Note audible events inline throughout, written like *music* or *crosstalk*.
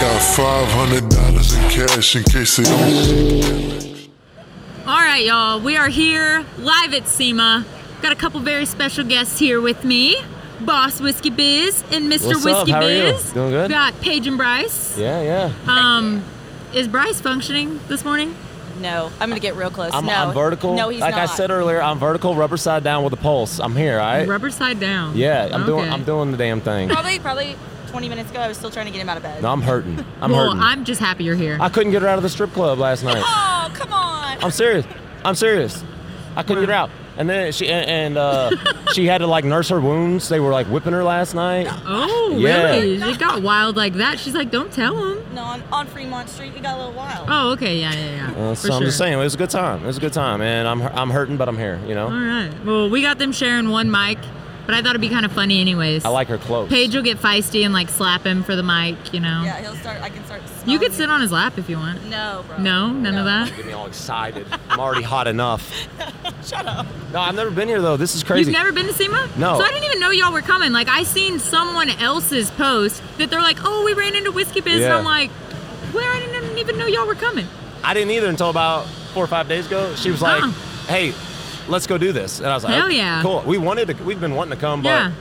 got $500 in cash in case they don't see. All right, y'all. We are here live at SEMA. Got a couple very special guests here with me. Boss Whiskey Biz and Mr. What's up? Whiskey How are you? Biz. Doing good? We got Paige and Bryce. Yeah, yeah. Um, is Bryce functioning this morning? No, I'm gonna get real close. I'm, no, I'm vertical. No, he's like not. I said earlier, I'm vertical, rubber side down with a pulse. I'm here, all right? Rubber side down. yeah, I'm doing Okay. I'm doing the damn thing. probably probably 20 minutes ago, I was still trying to get him out of bed. No, I'm hurting. I'm well, hurting. I'm just happy you're here. I could not get her out of the strip club last night. Oh, come on. I'm serious. I'm serious. I couldn't get her out. And then she and, and uh, she had to like nurse her wounds. They were like whipping her last night. oh, Yeah. really? It got wild like that. She's like, don't tell him. No, on, on Fremont Street, we got a little wild. Oh, okay. Yeah, yeah, yeah. Uh, For so I'm sure. just saying, it was a good time. It was a good time, and I'm hu- I'm hurting, but I'm here. You know, All right. Well, we got them sharing one mic, but I thought it'd be kind of funny anyways. I like her clothes. Paige will get feisty and like slap him for the mic, you know. Yeah, he'll start. I can start. Smelling. You could sit on his lap if you want. No, bro. No, none of that. Get me all excited. I'm already hot enough. Shut up. No, I've never been here though. This is crazy. You've never been to SEMA? No. So I didn't even know y'all were coming. Like I seen someone else's post that they're like, "Oh, we ran into Whiskey Biz," and Yeah. I'm like, "Where? I didn't even know y'all were coming." I didn't either until about four or five days ago. She was like, Huh. "Hey, let's go do this," and I was like, Hell "Okay, yeah." cool." We wanted to. We've been wanting to come, but yeah.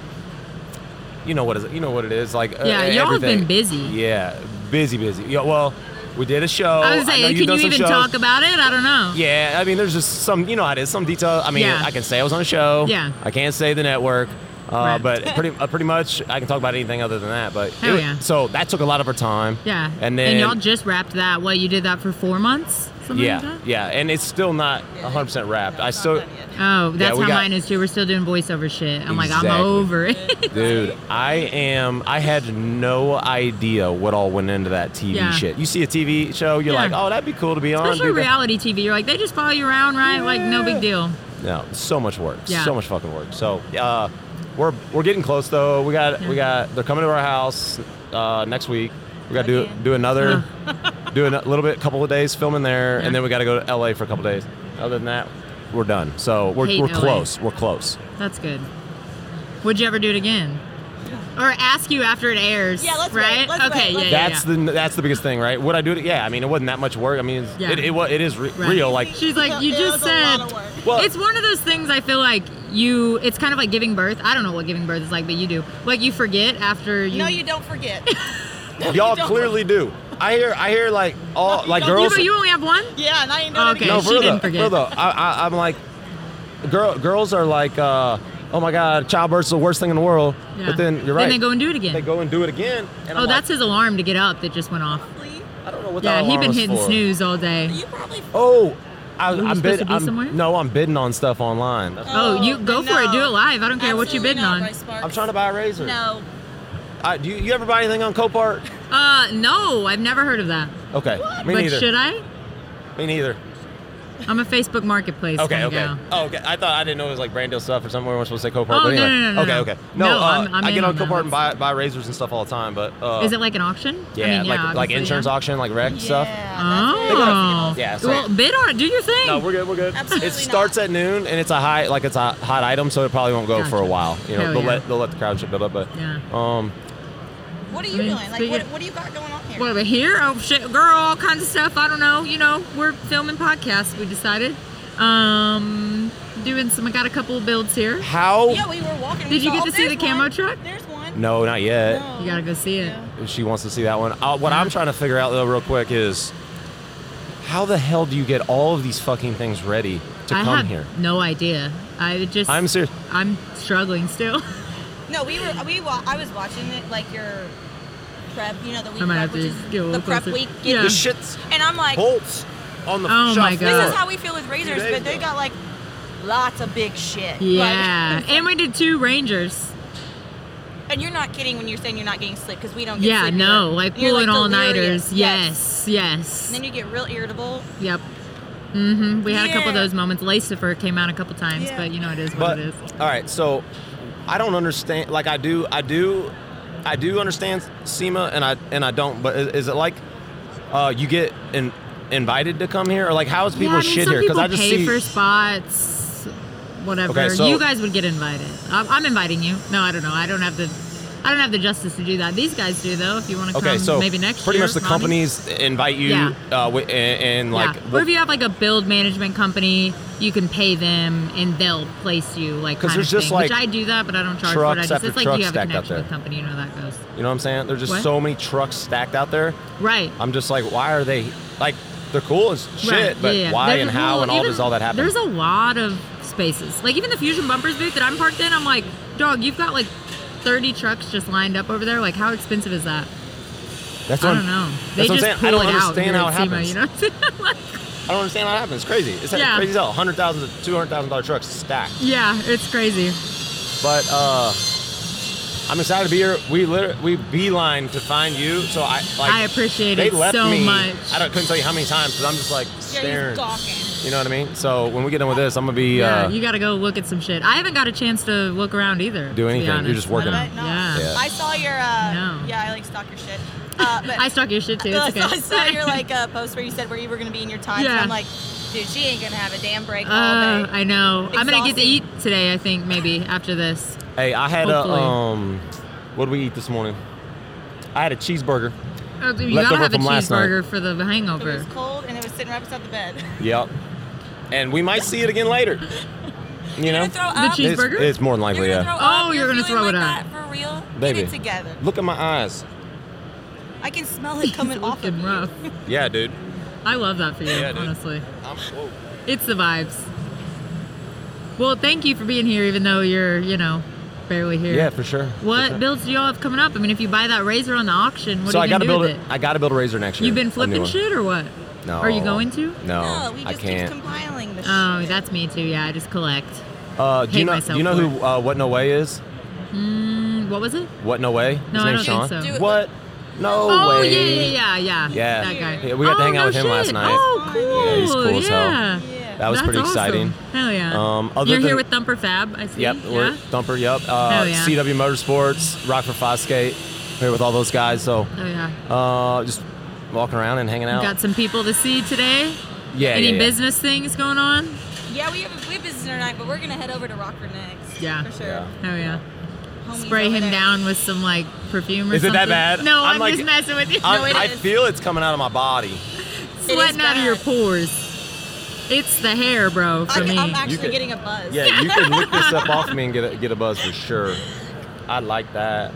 you know what is it? You know what it is like. uh, Yeah, y'all have been everything. busy. Yeah, busy, busy. Yeah, well, we did a show. I was oh, know saying, you've can done you some even shows. talk about it? I don't know. Yeah, I mean, there's just some. You know how it is. Some detail. I mean, Yeah. I can say I was on a show. Yeah. I can't say the network. Uh, Right. But pretty, uh, pretty much, I can talk about anything other than that. But Hell it- yeah. so that took a lot of our time. Yeah. and then and y'all just wrapped that. What you did that for four months? Something yeah, Like that? yeah, and it's still not 100 percent wrapped. No, I it's not still, done yet. Oh, that's we how got- mine is too. We're still doing voiceover shit. I'm like, I'm Exactly. over it. dude, I am. I had no idea what all went into that TV Yeah. shit. You see a TV show, you're Yeah. like, oh, that'd be cool to be on. Especially do that." reality TV. You're like, they just follow you around, right? Like, no big deal. No, so much work. Yeah. So much fucking work. So uh, we're we're getting close though. We got we got they're coming to our house uh, next week. We got to do Again. do another *laughs* do a little bit couple of days filming there Yeah. and then we got to go to LA for a couple days. Other than that, we're done. So we're Hate we're LA. close. We're close. That's good. Would you ever do it again? Or ask you after it airs? Yeah, let's wait, right. let's okay, yeah, wait, let's yeah, That's yeah. the that's the biggest thing, right? Would I do it? Yeah, I mean it wasn't that much work. I mean it's, Yeah. it, it wa- it is re- Right. *laughs* real like She's like, It you was just a said. lot of work. Well- it's one of those things I feel like you. It's kind of like giving birth. I don't know what giving birth is like, but you do. Like you forget after you. No, you don't *laughs* forget. y'all don't. clearly do. I hear I hear like all like don't. You girls but you only have one. yeah, and I ain't doing Okay. it no, again. she for real didn't though, forget. for real though, I, I, I'm like, girl, girls are like, uh, oh my god, childbirth's the worst thing in the world. Yeah. But then you're right. Then they go and do it again. They go and do it again. And oh, I'm that's his alarm to get up that just went off. Like, I don't know what Yeah, that he'd alarm been was hitting for. snooze all day. You probably. Oh, I, Were you I'm supposed to bidding. be somewhere? I'm, no, I'm bidding on stuff online. That's- Oh, you but go for it. no. Do it live. I don't care what you Absolutely bidding not, on. Bryce Sparks. I'm trying to buy a razor. No. I, do you, you ever buy anything *laughs* on Copart? Uh, no, I've never heard of that. Okay. Me but neither. should I? Me neither. I'm a Facebook Marketplace. Okay. kinda Okay. gal. Oh, okay. I thought I didn't know it was like brand deal stuff or something. We weren't supposed to say Copart. Oh, but no, anyway. no, no, no, Okay. no. Okay. No, No, uh, I'm- I'm I in get on on that. Copart and buy buy razors and stuff all the time. But uh, Is it like an auction? Yeah, I mean, like like obviously, insurance yeah. auction, like wreck Yeah. stuff. that's what it is. Oh. Yeah, so- well, bid on it. Do your thing. No, we're good. We're good. Absolutely it starts not. at noon, and it's a high, like it's a hot item, so it probably won't go for a Gotcha. while. You know, Hell they'll yeah. let they'll let the crowd shit build up, but Yeah. um, What are I you mean, doing? Like, speaking- what, what do you got going on here? What over here? Oh shit, girl, all kinds of stuff. I don't know. You know, we're filming podcasts. We decided. Um, doing some. I got a couple of builds here. how? Yeah, we were walking. we Did you saw- get to oh, see the there's camo one. truck? There's one. No, not yet. No. You gotta go see it. Yeah. She wants to see that one. Uh, what I'm trying to figure out though, real quick, is how the hell do you get all of these fucking things ready to I come have here? no idea. I just. I'm serious. I'm struggling still. *laughs* No, we were we wa- I was watching it like your prep, you know, the week I might prep, have to which is get a the little prep closer. week. Yeah. The shit's And I'm like, bolts on the Oh shop my this floor. God. is how we feel with razors, days but they ago. got like lots of big shit. *laughs* yeah, Like, and we did two Rangers. and you're not kidding when you're saying you're not getting sleep because we don't. get Yeah, sleep no, either. like You're, pulling all delirious. nighters. Yes, yes. And then you get real irritable. Yep. hmm We had a couple of Yeah. those moments. Lacifer came out a couple times, Yeah. but you know it is what But it is. all right, so I don't understand. Like I do, I do, I do understand SEMA, and I and I don't. But is, is it like uh, you get in, invited to come here, or like how is yeah, people I mean, shit some here? people I just pay see. for spots, whatever. Okay, so- you guys would get invited. I'm, I'm inviting you. No, I don't know. I don't have the I don't have the justice to do that. These guys do though. If you want to Okay, come, so maybe next pretty year, much the Ronnie. companies invite you, Yeah. uh, wi- and, and like yeah. or if you have like a build management company, you can pay them and they'll place you like 'Cause kind there's of just, thing. like, Which I do that, but I don't charge for it. I trucks just after it's like trucks you have a stacked up connection there. with the company, you know how that goes. you know what I'm saying? There's just What? so many trucks stacked out there. Right. I'm just like, why are they like they're cool as shit, Right, but yeah, yeah. why There's and a how whole- and all even- does all that happen? There's a lot of spaces. Like even the Fusion Bumpers booth that I'm parked in, I'm like, dog, you've got like 30 trucks just lined up over there. Like how expensive is that? that's I what don't know. They that's what I'm just saying. pull I don't it out. here understand how at it SEMA, happens. You know *laughs* what I'm saying? Like, I don't understand how it happens. It's crazy. It's Yeah. crazy as hell. Hundred thousand to two hundred thousand dollar trucks stacked. yeah, it's crazy. But uh, I'm excited to be here. We liter- we beeline to find you. So I like I appreciate they it left so me. much. I don't, couldn't tell you how many times because I'm just like Yeah, he's staring. gawking. you know what I mean? So when we get done with this, I'm gonna be Yeah, uh, you got to go look at some shit. I haven't got a chance to look around either. to Do be anything. You're honest. just working. I don't- But no. Yeah. Yeah. I saw your. Uh, No. Yeah, I like stalk your shit. *laughs* Uh, but I stalk your shit too. It's okay. *laughs* Oh, I *laughs* saw your like uh, post where you said where you were gonna be in your time. Yeah. So I'm like, dude, she ain't gonna have a damn break all Uh, day. I know. I'm gonna get to Exhausting. eat today. I think maybe after this. Hey, I had Hopefully. a um, what did we eat this morning? I had a cheeseburger. Oh, you Leftover gotta have a from last cheeseburger for the It was hangover. cold and it was sitting right beside the bed. Yep. And we might see it again later. You know, gonna throw The up? cheese- it's, Cheeseburger? it's more than You're likely. gonna Yeah. throw Oh, up? you're gonna feeling throw it like up. That for real? Baby. Get it together. Look at my eyes. I can smell it coming It's off of looking you. *laughs* rough. Yeah, dude. I love that for you, Yeah, dude. honestly. I'm, whoa. It's the vibes. Well, thank you for being here, even though you're, you know, barely here. Yeah, for sure. for What sure. builds do y'all have coming up? I mean, if you buy that razor on the auction, what so are I you gonna gotta do build with a, it? I gotta build a razor next year. You been A new flipping one. shit or what? No. Are you going to? No. No, we just Oh, I can't. keep compiling the shit. Oh, that's me too. Yeah, I just collect. uh, do hate you know? myself You know for who uh, What No Way is? Mm, What was it? What No Way? His No, I name's don't think Sean. so. Dude, What? No oh way. yeah, yeah, yeah, yeah. Yeah. That guy. Yeah, we got to Oh, hang out no with him last shit. night. Oh, cool. Yeah, he's cool as hell. yeah. yeah. That was That's pretty awesome. exciting. Hell yeah. Um, other You're here than- with Thumper Fab, I see. Yep, we're Yeah? Thumper. Yep, uh, Hell yeah. CW Motorsports, Rock for Foskate, here with all those guys. So, Oh, yeah. uh, just walking around and hanging out. Got some people to see today. yeah, Any yeah, yeah. business things going on? Yeah, we have, we have business tonight, but we're gonna head over to Rockford next. Yeah. for sure. Yeah. Hell yeah. Homies Spray over him there. down with some like perfume or Is it something. that bad? No, I'm, I'm like- just messing with you. I, no, it I is. feel it's coming out of my body. It is sweating out of your bad. pores. It's the hair, bro, for I'm, me. I'm actually could- getting a buzz. Yeah, you can lick this up off me and get a, get a buzz for sure. I like that.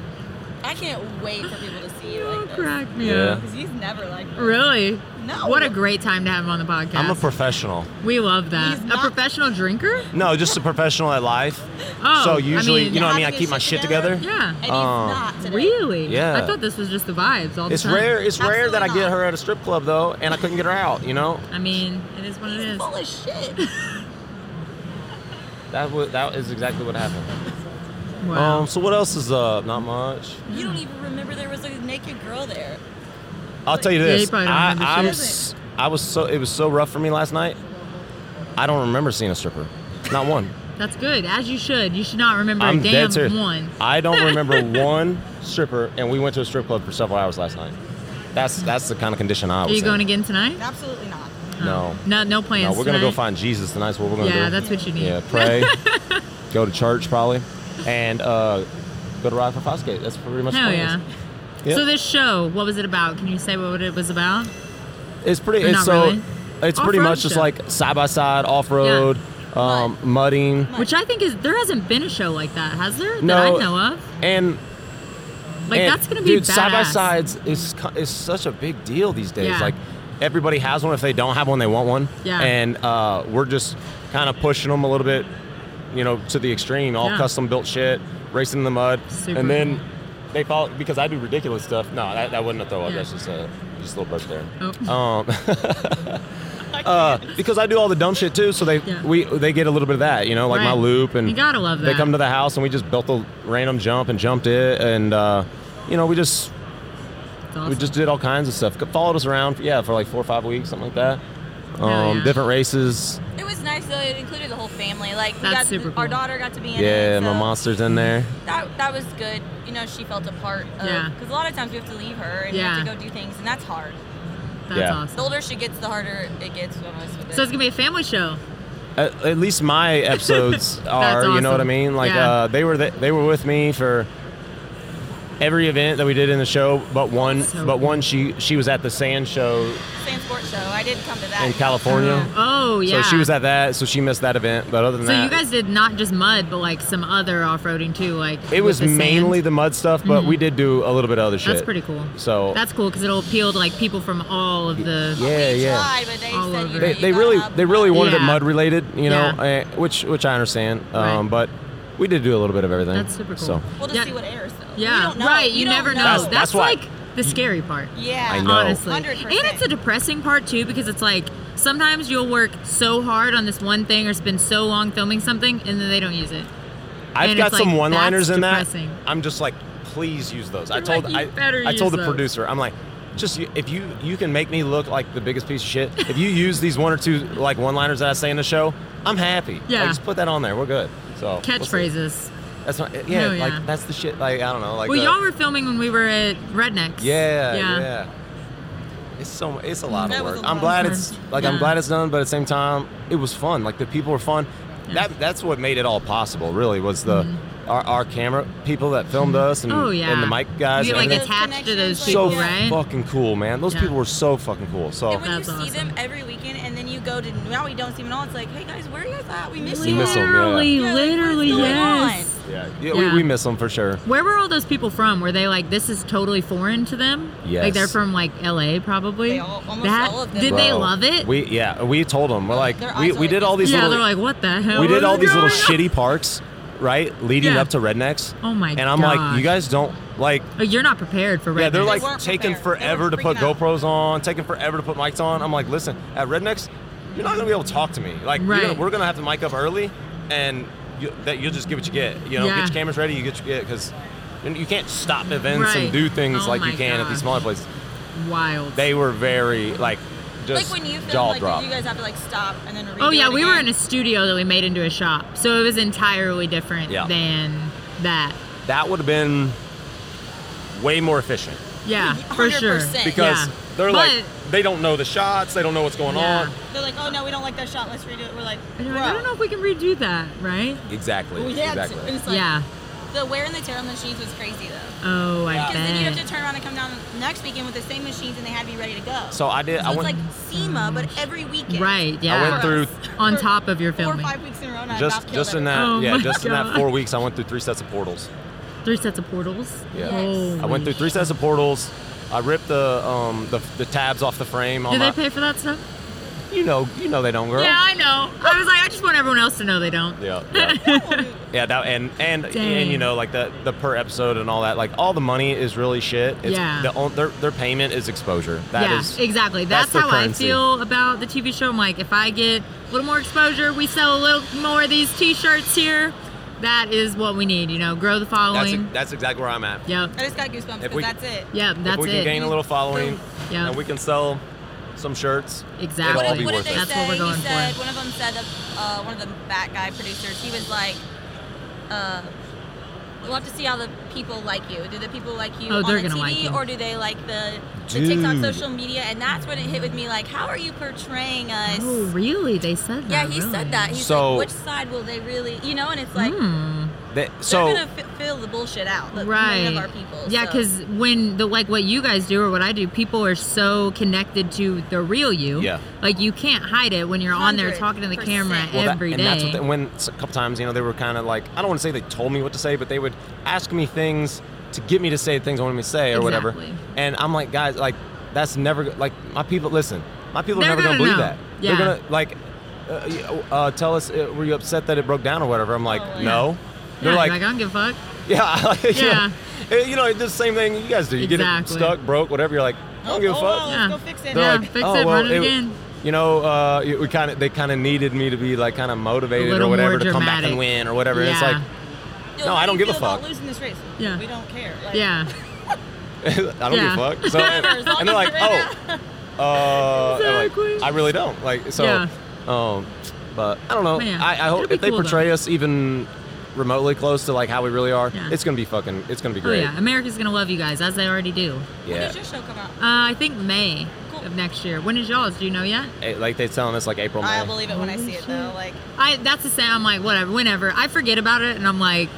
I can't wait for people to see you you like this. crack me Yeah. up. Because he's never like this. Oh, Really? No. What a great time to have him on the podcast. I'm a professional. we love that. He's A not- professional drinker? No, just a professional at life. Oh, so I usually, mean- you know what I mean? having I his keep my shit shit together. together. Yeah. And he's Um, not today. Really? Yeah. I thought this was just the vibes all the It's time. rare. It's rare that I Absolutely get not. her at a strip club though, and I couldn't get her out. You know, I mean, it is what it He's is. full of shit. that wa- that is exactly what happened. Wow. Um, so what else is up? Not much. You don't even remember there was a naked girl there. I'll tell you Yeah, this. you probably don't I, remember I'm shit. s- I was so it was so rough for me last night. I don't remember seeing a stripper. Not one. *laughs* That's good, as you should. You should not remember I'm a damn dead serious. one. I don't remember one stripper, and we went to a strip club for several hours last night. That's that's the kind of condition I Are was. you going in. again tonight? Absolutely not. No. No, no plans. No, we're gonna go tonight? find Jesus tonight. That's what we're gonna Yeah, do. that's what you need. Yeah, *laughs* pray, go to church probably, and uh, go to Ride for Fosgate. That's pretty much. the Hell yeah. plans. Yeah. So this show, what was it about? Can you say what it was about? It's pretty. Or It's not so. really? It's pretty Off-road much just stuff. like side by side off road, um, mudding, Which I think is there hasn't been a show like that, has there? No. That I know of. and Like and, that's gonna be dude. badass. Side by sides is co- is such a big deal these days. Yeah. Like everybody has one. If they don't have one, they want one. Yeah. And uh, we're just kind of pushing them a little bit, you know, to the extreme. All Yeah. custom built shit, racing in the mud, Super and then cool. they follow because I do ridiculous stuff. No, that, that wasn't a throw up. Yeah. That's just a just a little burp there. Oh. Um, uh, because I do all the dumb shit too, so they Yeah. we they get a little bit of that, you know, like my Right. loop and You gotta love They that. come to the house and we just built a random jump and jumped it, and uh, you know we just It's awesome. we just did all kinds of stuff. Followed us around, yeah, for like four or five weeks, something like that. Hell Um, yeah. Different races, It was nice though. It included the whole family. Like we That's got super our cool. daughter got to be in it. yeah. My so monsters in there. That that was good. You know, she felt a part. of Yeah. Because a lot of times we have to leave her and we Yeah. have to go do things, and that's hard. That's yeah. The awesome. older she gets, the harder it gets with us. With it. So it's gonna be a family show. At, at *laughs* least my episodes are, you know what I awesome. mean? Like Yeah. uh, they were th- they were with me for every event that we did in the show, but one, So but good. one she she was at the Sand Show Sand Sports Show. I did come to that. in California. Oh yeah. So she was at that, so she missed that event. But other than So that, you guys did not just mud, but like some other off-roading too, like with it was the sand? Mm-hmm. mainly the mud stuff, but we did do a little bit of other shit. That's pretty cool. So that's cool because it'll appeal to like people from all of the. yeah, We yeah. tried, but they All said over. you- they, you they got really up. they really wanted it Yeah. mud related, you know, Yeah. eh, which which I understand. Um, Right. But we did do a little bit of everything. That's super cool. So We'll just Yeah. see what airs though. Yeah, You don't know. right. You, don't never know. That's- That's, that's why- like the scary part. yeah. I know. Honestly, 100%. and it's a depressing part too because it's like sometimes you'll work so hard on this one thing or spend so long filming something and then they don't use it. I've And got it's some like, one-liners that's in that. depressing. I'm just like, please use those. I You're told like, you better I, I use told the those. producer, I'm like, just you- if you you can make me look like the biggest piece of shit. If you use these one or two like one-liners that I say in the show, I'm happy. Like, Yeah. just put that on there. We're good. So we'll see. Catchphrases. that's my, yeah, Hell yeah. Like that's the shit. Like I don't know. Like well, the- y'all were filming when we were at Rednecks. Yeah, yeah. It's so it's a Mm, lot That of was work. a I'm lot glad of it's work. like I'm Yeah. glad it's done, but at the same time, it was fun. Like the people were fun. That that's what made it all possible. Really was the our, our camera people that filmed us and, Mm-hmm. Oh yeah. and the mic guys. You and like everything. it's attached to those Those people, so connections, like, right? fucking cool, man. Those Yeah. people were so fucking cool. So And when you That's see them every weekend, and then you go to now we don't see them at all. It's like, hey guys, where are you guys at? We missed You you. miss 'em, yeah. Literally, Yeah, like, what's literally, going yes. yeah, Yeah. yeah, We, we miss them for sure. Where were all those people from? Were they like this is totally foreign to them? Yes. Like they're from like LA probably. They all- almost all of them. Did they Bro, love it? We yeah, we told them we're like Their we, eyes are we did like all this. these yeah, little they're like, what the hell? we did is all these little going on? shitty parks, right? Leading Yeah. up to rednecks. Oh my And I'm like, gosh. you guys don't like Oh, you're not prepared for rednecks. Yeah, they're like weren't taking prepared. They forever were to put freaking out. GoPros on, taking forever to put mics on. I'm like, listen, at Rednecks, you're not gonna be able to talk to me. Like, you're Right. gonna- we're gonna have to mic up early, and you, that you'll just get what you get. You know, Yeah. get your cameras ready, you get your get because you can't stop events Right. and do things Oh like you my can at these gosh. smaller places. wild. They were very like, Like just when you filmed, jaw like, drop. did you guys have to like stop and then. oh redo yeah, it we were again? in a studio that we made into a shop, so it was entirely different Yeah. than that. that would have been way more efficient Yeah, for sure. 100%. because Yeah. they're But- like they don't know the shots, they don't know what's going Yeah. on. They're like, oh no, we don't like that shot. Let's redo it. We're like, And bro. you're like, I don't know if we can redo that, right? Exactly. We had to. exactly. And it's like, yeah. The wear and the tear on the machines was crazy though. Oh, I Because then you have to bet. turn around and come down next weekend with the same machines, and they had to be ready to go. So I did. So I it's went. like SEMA, but every weekend. Right. Yeah. I went through on For top of your Four or filming. five weeks in a row, and I about just killed just in everyone. that Oh yeah my just in that God. four weeks i went through three sets of portals Three sets of portals. Yeah. Holy i went through three sets of portals i ripped the um the, the tabs off the frame on Do my, they pay for that stuff? you know you know they don't girl Yeah, I know. I was like, I just want everyone else to know they don't. yeah, *laughs* yeah. Yeah, that and and and Dang. you know like the the per episode and all that like all the money is really shit. It's Yeah. the, on- their their payment is exposure. That yeah, is exactly. that's That's, their how I currency. feel about the TV show. I'm like, if I get a little more exposure, we sell a little more of these T-shirts here. That is what we need. You know, grow the that's following. that's exactly where I'm at. yep. I just got goosebumps If because we- that's it. Yep. That's if we it. can gain a little following, Yeah. and we can sell some shirts, Exactly. it'll all be What worth did it. they That's say? what we're going he for. said, One of them said that uh, one of the bat guy producers. He was like, uh, "We'll have to see how the people like you. Do the people like you Oh, on they're the gonna like TV, you. or do they like the, the TikTok Dude. social media?" And that's when it hit with me. Like, how are you portraying us? oh, really? They said yeah, that. he really? said that. He's So- like, "Which side will they really?" You know, and it's like Hmm. They- they're so gonna f- fill the bullshit out. The right Of our people. yeah so. because when the like what you guys do or what i do people are so connected to the real you Yeah. like you can't hide it when you're on there talking to the camera 100%. every day. that- and that's what they, when s- a couple times you know they were kind of like I don't want to say they told me what to say, but they would ask me things to get me to say things I wanted me to say or whatever. Exactly. And I'm like, guys, like that's never go- like my people. Listen, my people are They're never gonna, gonna believe know. that. Yeah. They're gonna like uh, y- uh, tell us uh, were you upset that it broke down or whatever. I'm like, Oh, yeah. no. They're Yeah, like, i don't give a fuck yeah, *laughs* like, you know, Yeah. it- you know, it's the same thing you guys do. You Exactly. get it stuck, broke, whatever. You're like, I don't give a oh, fuck. well, Yeah. let's go fix it. They're Yeah, like, fix oh, it, well, run it again." You know, uh, we kind of they kind of needed me to be like kind of motivated or little whatever more to come back and dramatic. win or whatever. And yeah Yo, No, how I do don't you give a feel about fuck. *laughs* Losing this race. Yeah. We don't care. Like, yeah it's like I don't Yeah. give a *laughs* fuck. So and, As long and they're as like, you're in oh, uh, they're like, Exactly. I really don't like. So, Yeah. um, but I don't know. Man, I, I it'll hope be if they cool, portray though. us even remotely close to like how we really are, Yeah. it's gonna be fucking. It's gonna be oh great. yeah america's gonna love you guys as they already do When Yeah. does your show come out? uh, i think may Cool. of next year when is y'all's do you know yet Eh, like they're telling us like April, May. I believe it when I see it though. Holy Like i that's the same i'm like whatever whenever i forget about it and i'm like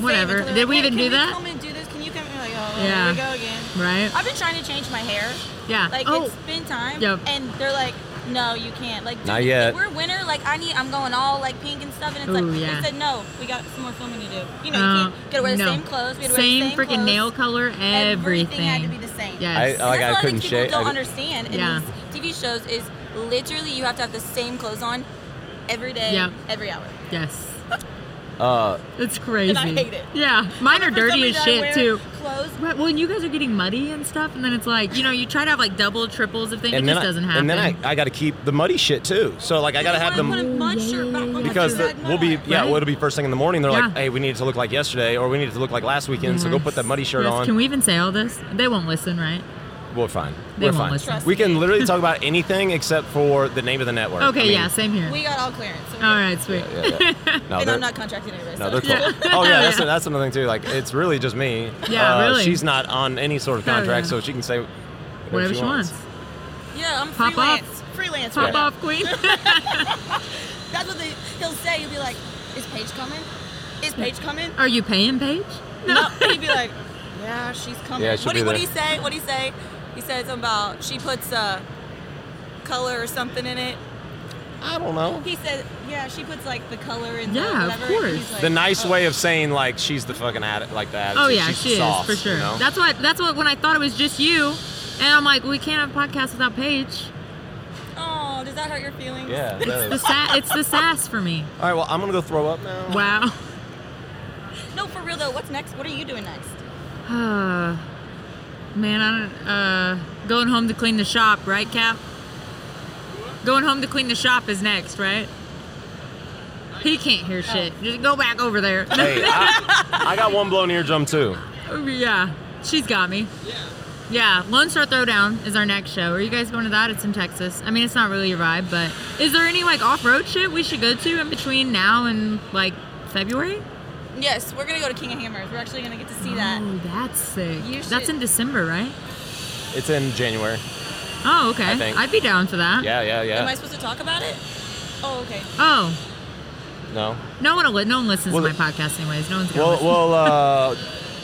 whatever Same, it's did we like, even hey, do can that Come and do this. Can you come? And you're like, Well, Yeah. Here we go again. Right? I've been trying to change my hair. Yeah. Like oh, it's been time. Yep. And they're like, no, you can't. Like, Not dude, yet. if We're winter. Like I need. I'm going all like pink and stuff. And it's Ooh, like yeah. they said no. We got some more filming to do. You know, uh, you can't. Gotta wear the no. same clothes. We had to Same wear the same freaking clothes. nail color. Everything. Everything had to be the same. Yes. I- like, That's what couldn't think people shave- don't I- understand in Yeah. these TV shows is literally you have to have the same clothes on every day, Yep. every hour. yes. Uh, It's crazy. hate it. Yeah. Mine are For some dirty as reason, I shit wear too. Clothes. Right, well, and you guys are getting muddy and stuff, and then it's like, you know, you try to have like double, triples of things, it and then just I, doesn't happen. and then I, I got to keep the muddy shit too. So like I got to have Put a them mud shirt back on because the the, we'll be yeah Right. well, it'll be first thing in the morning. They're like, Yeah. hey, we need it to look like yesterday, or we need it to look like last weekend. So go put that muddy shirt Yes. on. Can we even say all this? They won't listen, right? We're fine. They We're won't fine. listen. We can literally talk about anything except for the name of the network. Okay, I mean, yeah, same here. We got all clearance. So we're all good. right, sweet. *laughs* Yeah, yeah. No, and they're, I'm not contracted anyway. no, so they're it's cool. cool. Oh yeah, that's Yeah. that's another thing too. Like it's really just me. Yeah, Uh, really. She's not on any sort of Oh, contract, yeah. so she can say whatever, Whatever she wants. Yeah, I'm Pop off. freelance. Freelance. Pop right now. off, *laughs* queen. That's what they, he'll say. He'll be like, "Is Paige coming? Is Paige *laughs* coming?" are you paying Paige? No. He'd be like, "Yeah, she's coming." Yeah, she'll what be do what do there. you say? What do you say? He says something about she puts uh, color or something in it. I don't know. He said, "Yeah, she puts like the color in Yeah, the of whatever." course. He's like, The nice "Oh." way of saying like she's the fucking at like that. Oh yeah, she's she is soft, for sure. You know? That's what. That's what. When I thought it was just you, and I'm like, we can't have a podcast without Paige. Oh, does that hurt your feelings? yeah. that The is. sa- it's the sass for me. *laughs* All right. Well, I'm gonna go throw up now. Wow. No, for real though. What's next? What are you doing next? Uh, man, I don't. Uh, going home to clean the shop, right, Cap? Going home to clean the shop is next, right? He can't hear shit. Just go back over there. *laughs* Hey, I, I got one blown eardrum too. yeah, she's got me. Yeah. Yeah, Lone Star Throwdown is our next show. Are you guys going to that? It's in Texas. I mean, it's not really your vibe, but is there any like off-road shit we should go to in between now and like February? Yes, we're gonna go to King of Hammers. We're actually gonna get to see that. Oh, that's sick. You That's should- in December, right? It's in January. Oh, okay. think. I'd be down for that. Yeah, yeah, Am I yeah. supposed to talk about it? Oh, okay. Oh, No. No one, will li- no one listens Well, to my podcast anyways. No one's gonna We'll listen. *laughs* we'll uh,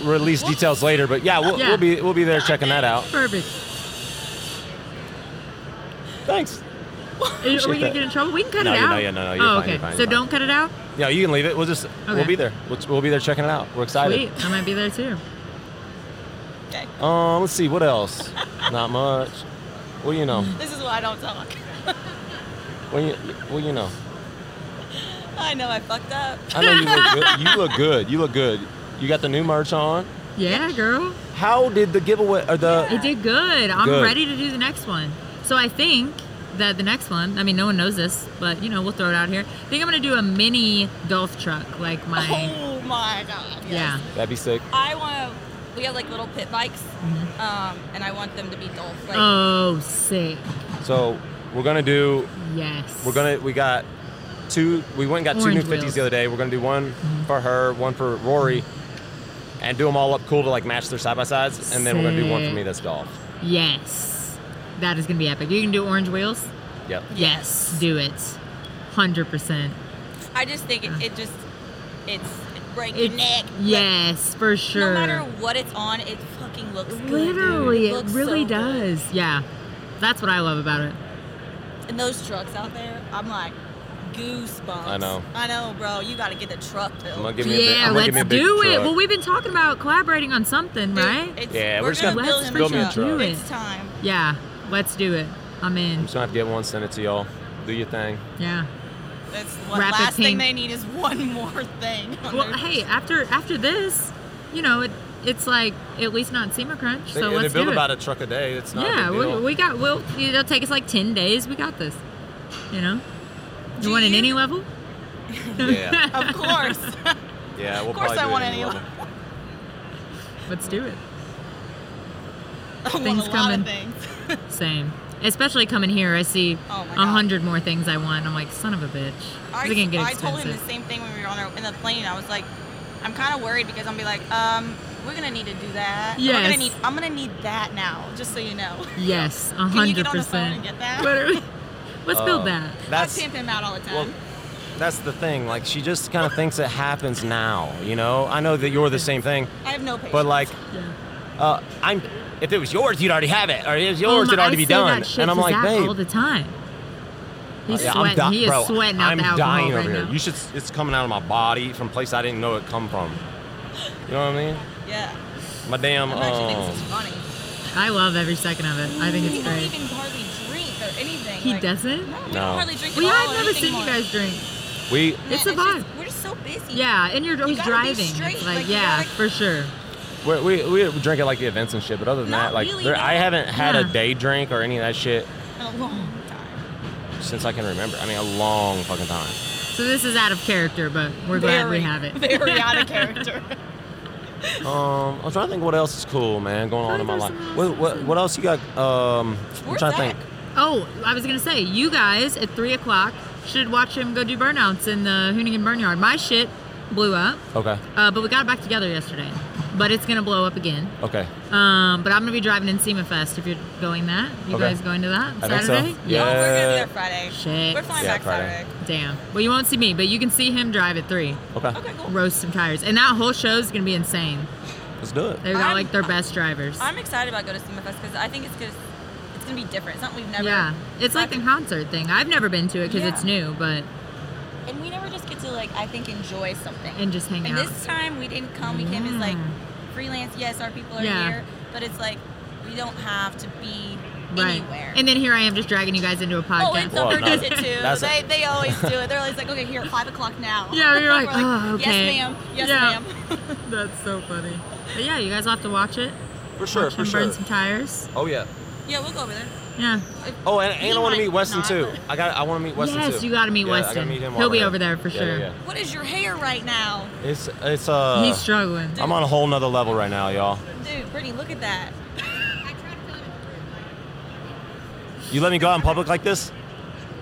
release details later, but yeah, we'll, Yeah. we'll be we'll be there checking that out. Perfect. Are Thanks. you- are we Appreciate gonna that. get in trouble? We can cut No, it you- out. no, yeah, no, no, you're oh, fine, okay. you're fine, so you're fine. don't cut it out. Yeah, you can leave it. We'll just Okay. we'll be there. We'll, we'll be there checking it out. We're excited. Sweet. I might be there too. Okay. Um, let's see what else. Not much. Well, you know. This is why I don't talk. *laughs* Well, you, well, you know. I know I fucked up. I know you look good. You look good. You look good. You got the new merch on. Yeah, girl. How did the giveaway or the? It did good. I'm Good. ready to do the next one. So I think that the next one. I mean, no one knows this, but you know, we'll throw it out here. I think I'm gonna do a mini golf truck, like my. Oh my god. yes. Yeah. That'd be sick. I want to. We have like little pit bikes, Mm-hmm. um, and I want them to be dull. Like, Oh, sick. So we're gonna do. Yes. We're gonna. We got two. We went and got Orange two new fifties wheels. the other day. We're gonna do one for her, one for Rory, and do them all up cool to like match their side by sides, and then we're gonna do one for Sick. me that's golf. Yes. That is gonna be epic. You can do orange wheels. Yep. Yes. Do it. Hundred percent. I just think it, it just it's it break your It's- neck. Yes, for Like, sure. No matter what it's on, it fucking looks good. dude. Literally, it looks really so good. does. Yeah, that's what I love about it. And those trucks out there, I'm like goosebumps. I know. I know, bro. You got to get the truck I'm gonna built. give me a big, yeah, I'm gonna let's give me a big do it. truck. Well, we've been talking about collaborating on something, Dude, right? it's- Yeah, we're just gonna build Let's him build me a truck. do It's it. time. yeah, let's do it. I'm I'm in. just gonna have to get one, send it to y'all. Do your thing. Yeah. That's one Rapid last pink. thing they need is one more thing. on Well, their- hey, after after this, you know, it it's like at least not SEMA crunch. So they, let's build do it. about a truck a day. It's not. yeah, a big deal. we, we got. We'll. It'll take us like ten days. We got this. You know. Do You want an you- any level? yeah, *laughs* *laughs* Of course. yeah. We'll Of course probably I do want it any anyway. Let's do it. I want Things a lot coming. of things. Same. Especially coming here, I see a Oh my God. hundred more things I want. I'm like, son of a bitch. I, This is gonna get I told him expensive. the same thing when we were on our, in the plane. I was like, I'm kind of worried because I'm gonna be like, um, we're gonna need to do that. We're gonna Yes. need, I'm gonna need that now, just so you know. *laughs* Yes, a Can you hundred get on the phone percent. and get that? Literally. *laughs* Let's build Uh, that. That's *laughs* I pimp him out all the time. well. That's the thing. Like she just kind of thinks it happens now. You know. I know that you're the same thing, I have no patience. but like Yeah. uh, I'm. If it was yours, you'd already have it, or if it was Oh yours, my- it'd I already be say that done. shit And I'm to like, Zach all babe, the time. He's yeah, sweating. I'm di- he is bro, sweating out I'm the alcohol dying right over here. now. You should. It's coming out of my body from a place I didn't know it come from. You know what I mean? Yeah. My damn. I actually think this um, is funny. I love every second of it. I think he it's don't great. even hardly drink or anything. He like- doesn't. No, we No. don't hardly drink Well, yeah, at all. I've never anything seen you more. guys drink. we Yeah, It's a just- vibe. we're just so busy. Yeah, and you're always gotta be driving. straight, It's like, like, you yeah, gotta- for sure. we we we drink at like the events and shit. But other than Not that, like really, there, no. I haven't had a Yeah. day drink or any of that shit A long time. since I can remember. I mean, a long fucking time. So this is out of character, but we're glad we have it. *laughs* Very out of character. Um, I'm trying to think what else is cool, man, going on in my Probably life. there's some What, what, what else you got? Um, I'm Where's trying to Zach? think. Oh, I was gonna say, you guys at three o'clock should watch him go do burnouts in the Hoonigan Burnyard. My shit blew up, Okay, uh, but we got it back together yesterday. But it's gonna blow up again. okay. Um, but I'm gonna be driving in SEMA Fest if you're going that. You Okay. guys going to that I think so. Saturday? *laughs* Yeah. Oh, we're gonna be there Friday. Shit. We're flying Yeah, back Friday. Saturday. Damn. Well, you won't see me, but you can see him drive at three, Okay, Okay, cool. roast some tires, and that whole show is gonna be insane. let's do it. They've got I'm- like their best drivers. I'm excited about going to SEMA Fest because I think it's gonna it's gonna be different. It's something we've never. yeah, it's like the concert thing. I've never been to it because Yeah. it's new, but And we never just get to like I think enjoy something. and just hang And out. this time we didn't come. We came as like Yeah. freelance. Yes, our people are Yeah. here, but it's like we don't have to be Right. anywhere. And then here I am just dragging you guys into a podcast. Oh, and Well, Thunder no, does it that's too. a- They, they always do it. They're always like, okay, here, five o'clock now. *laughs* Yeah, you're *laughs* We're like, "Oh, okay." Yes, ma'am. Yes, Yeah. ma'am. That's so funny. But yeah, you guys will have to watch it. For sure, watch for him sure. burn some tires. Oh yeah. yeah, we'll go over there. Yeah. Oh, and, and I want to might meet Weston not. too. I got. I want to meet Weston too. yes, you got to meet Yeah, I gotta Weston. meet him He'll be already. over there for Yeah, sure. yeah, What is your hair right now? yeah. It's it's uh. He's struggling. I'm on a whole nother level right now, y'all. Dude, Brittany, look at that. You let me go out in public like this?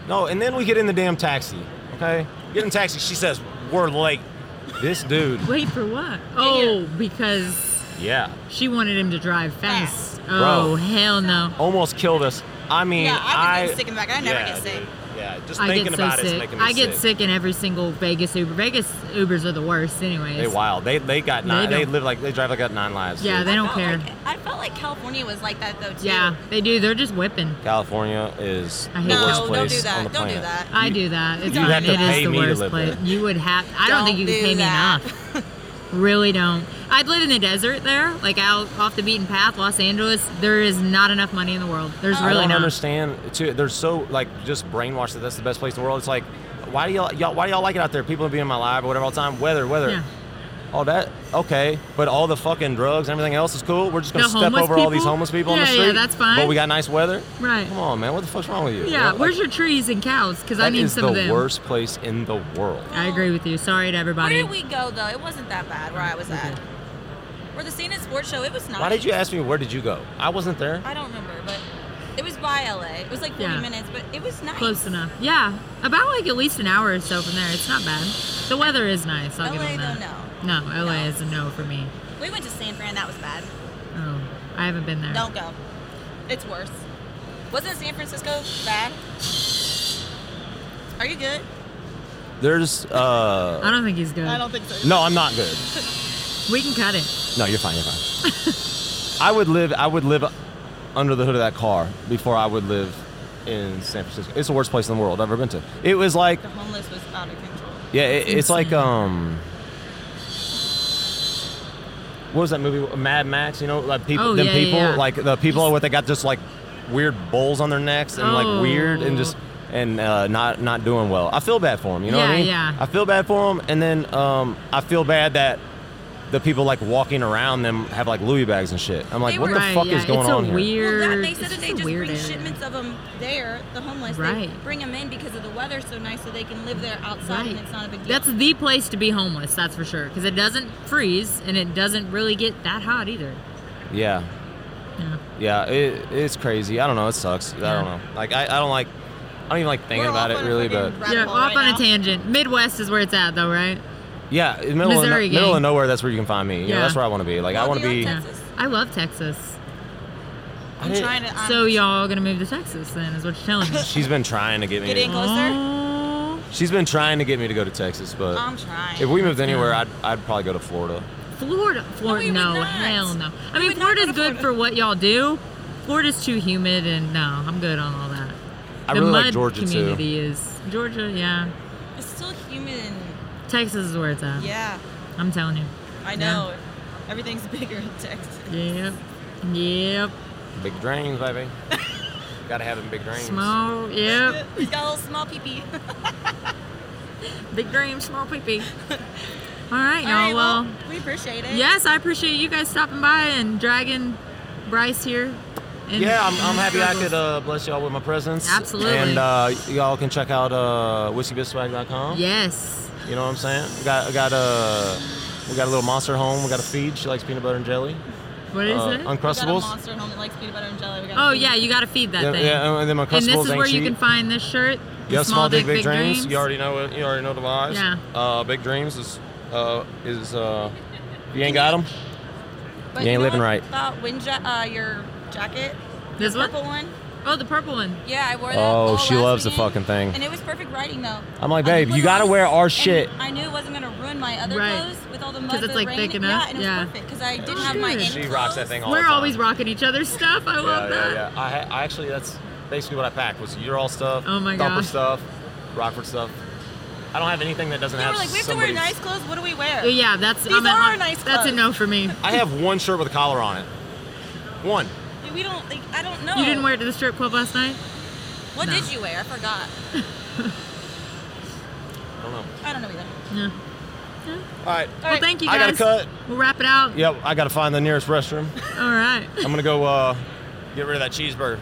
No, and then we get in the damn taxi. Okay? Get in the taxi. She says, We're late. This dude. Wait for what? Oh, because Yeah. she wanted him to drive fast. Bro. Oh, hell no. Almost killed us. I mean, Yeah, I've been I. getting sick in the back. I never yeah, get sick. dude. Yeah, just I thinking get so about it's sick. making me I get sick. in every single Vegas Uber. Vegas Ubers are the worst, anyways. They wild. They they got They nine. They, don't- live like they drive like got nine lives. Yeah, dude. they don't I felt care. like- I felt like California was like that though too. yeah, they do. They're just whipping. California is I hate the that. worst No, place don't do on the that. Don't planet. do that. I do that. It's you'd fine. have to It is pay the me to worst live place. there. You would have. I don't, think you Don't could do pay that. me enough. really don't. I'd live in the desert there, like out off the beaten path, Los Angeles. There is not enough money in the world. There's I really don't not. understand. Too, they're so like just brainwashed that that's the best place in the world. It's like, why do y'all, y'all why do y'all like it out there? People being in my live or whatever all the time. Weather, weather. Yeah. All that okay, but all the fucking drugs and everything else is cool. We're just gonna The step homeless over all these people? homeless people on the Yeah, yeah, street. that's fine. But we got nice weather. Right. Come on, man. What the fuck's wrong with you? Yeah, You know, where's like, your trees and cows? Because I that need is some the of them. worst place in the world. I agree with you. Sorry to Where everybody. did we go though? It wasn't that bad where I was at. Where the Scene and Sports Show, it was nice. Why did you ask me where did you go? I wasn't there. I don't remember, but it was by LA. It was like 40 Yeah. minutes, but it was nice. Close enough. Yeah, about like at least an hour or so from there. It's not bad. The weather is nice. I'll give LA them though, that. No, LA No. is a no for me. We went to San Fran. That was bad. Oh, I haven't been there. Don't go. It's worse. Wasn't San Francisco bad? Are you good? Mm. There's uh I don't think he's good. think so. no, I'm not good. We can cut it. No, you're fine. You're fine. I would live. I would live under the hood of that car before I would live in San Francisco. It's the worst place in the world I've ever been to. It was like, The homeless was out of control. yeah, it, it's like Insane. um. What was that movie? Mad Max. You know, like people, Oh, them yeah, yeah, people, yeah. like the people with they got just like weird bowls on their necks and like weird and just Oh. and uh, not not doing well. I feel bad for them. You know what I Yeah, mean? yeah. I feel bad for them, and then um, I feel bad that the people like walking around them have like Louis bags and shit. I'm like, They what were- the right, fuck yeah. is going it's on a here? Weird, Well, that, they said it's that they a just bring weird area. shipments of them there, the homeless. They Right. bring them in because of the weather so nice, so they can live there outside and it's not a big deal. That's the place to be homeless, that's for sure. Because it doesn't freeze and it doesn't really get that hot either. Yeah, Yeah. yeah, it, it's crazy. I don't know. It sucks. I Yeah. don't know. Like I, I don't like. I don't even like thinking We're about off it on a really, but friggin' rabbit yeah hole off right on now. a tangent. Midwest is where it's at, though, right? yeah, in the middle of no- Missouri gang. middle of nowhere. That's where you can find me. You know, Yeah. that's where I want to be. Like I Well, want to New York, be. Texas. Yeah. I love Texas. I I'm didn't- trying to. I'm, so y'all gonna move to Texas then? Is what you're telling me? She's been trying to get me. Getting to- *laughs* closer. Oh. she's been trying to get me to go to Texas, but I'm trying. if we moved anywhere, I'd I'd probably go to Florida. Florida, Florida, we would no, not. hell no. I We mean, would not go Florida's to good Florida. for what y'all do. Florida's too humid, and no, I'm good on all that. I the really mud like Georgia too. community is Georgia, yeah. It's still human. Texas is where it's at. Yeah, I'm telling you. I know. *laughs* Everything's bigger in Texas. Yep. Yep. Big drains, *laughs* baby. Gotta have them big drains. Small. Yep. He's got a little small pee pee. Big dream, small *laughs* pee pee. All right, y'all. well, we appreciate it. yes, I appreciate you guys stopping by and dragging Bryce here. and- Yeah, I'm, and I'm his happy I struggles. could uh, bless y'all with my presence. Absolutely. And uh, y'all can check out uh, whiskeybizzswag.com. Yes. You know what I'm saying? We got we got uh, we got a little monster home. We got to feed. She likes peanut butter and jelly. What is uh, it? We got a Uncrustables. monster home that likes peanut butter and jelly. We got oh a- yeah, you gotta feed that Yeah, thing. yeah, and then my and Uncrustables this is ain't where you cheap. can find this shirt. the Yeah, small, dick, big, dreams. You already know it. You already know the vibes. Yeah. Uh, big dreams is uh, is uh, you ain't got them. But You ain't know living what right. About wind ja- uh, your jacket, This the one? purple one. Oh, the purple one. Yeah, I wore that. Oh, all she last loves the weekend, fucking thing. And it was perfect writing though. I'm like, I babe, put you it gotta on, wear our and shit. I knew it wasn't gonna ruin my other Right. clothes with all the mud. 'Cause it's, the like, rain. thick Yeah, enough? and it was Yeah. Oh, perfect because I didn't have my Dude. end. She rocks that thing all the We're time. always rocking each other's stuff. I Yeah, love yeah, that. yeah. I, ha- I actually that's basically what I packed was your all stuff, Oh my Thumper gosh. stuff, Rockford stuff. I don't have anything that doesn't They have were like, we have to wear somebody's- nice clothes. What do we wear? Uh, Yeah, that's These I'm at are my- nice That's a clothes. no for me. I have one shirt with a collar on it. One. We don't. Like, I don't know. You didn't wear it to the strip club last night? What No. did you wear? I forgot. I don't know. I don't know either. Yeah. All right. Well, thank you I guys. gotta cut. We'll wrap it out. Yep, I gotta find the nearest restroom. All right. I'm gonna go uh, get rid of that cheeseburger.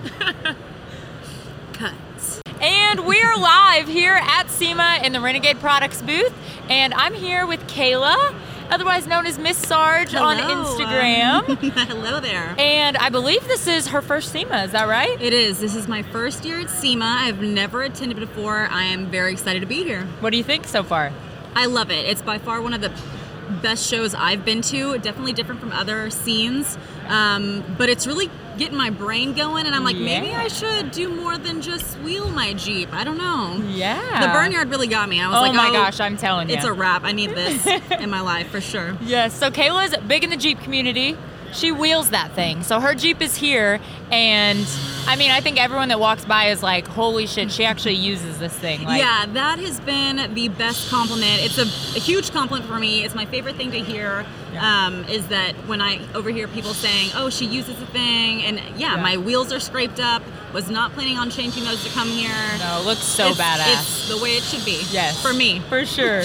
Cuts. And we're live here at SEMA in the Renegade Products booth, and I'm here with Kayla, otherwise known as Miss Sarge on Instagram. *laughs* Hello there. and I believe this is her first SEMA. Is that right? It is. This is my first year at SEMA. I've never attended before. I am very excited to be here. What do you think so far? I love it. It's by far one of the best shows I've been to. Definitely different from other scenes, um, but it's really getting my brain going. And I'm like, maybe Yeah. I should do more than just wheel my jeep. I don't know. Yeah. The barnyard really got me. I was Oh like, my oh, gosh, I'm telling you. it's a wrap. I need *laughs* this in my life for sure. Yes. So Kayla's big in the Jeep community. She wheels that thing. So her Jeep is here. And I mean, I think everyone that walks by is like, holy shit, she actually uses this thing. Like, yeah, that has been the best compliment. It's a, a huge compliment for me. It's my favorite thing to hear. Um, is that when I overhear people saying, "Oh, she uses the thing," and yeah, Yeah. my wheels are scraped up. Was not planning on changing those to come here. No, it looks so it's, badass. It's the way it should be. yes. for me. *laughs* For sure.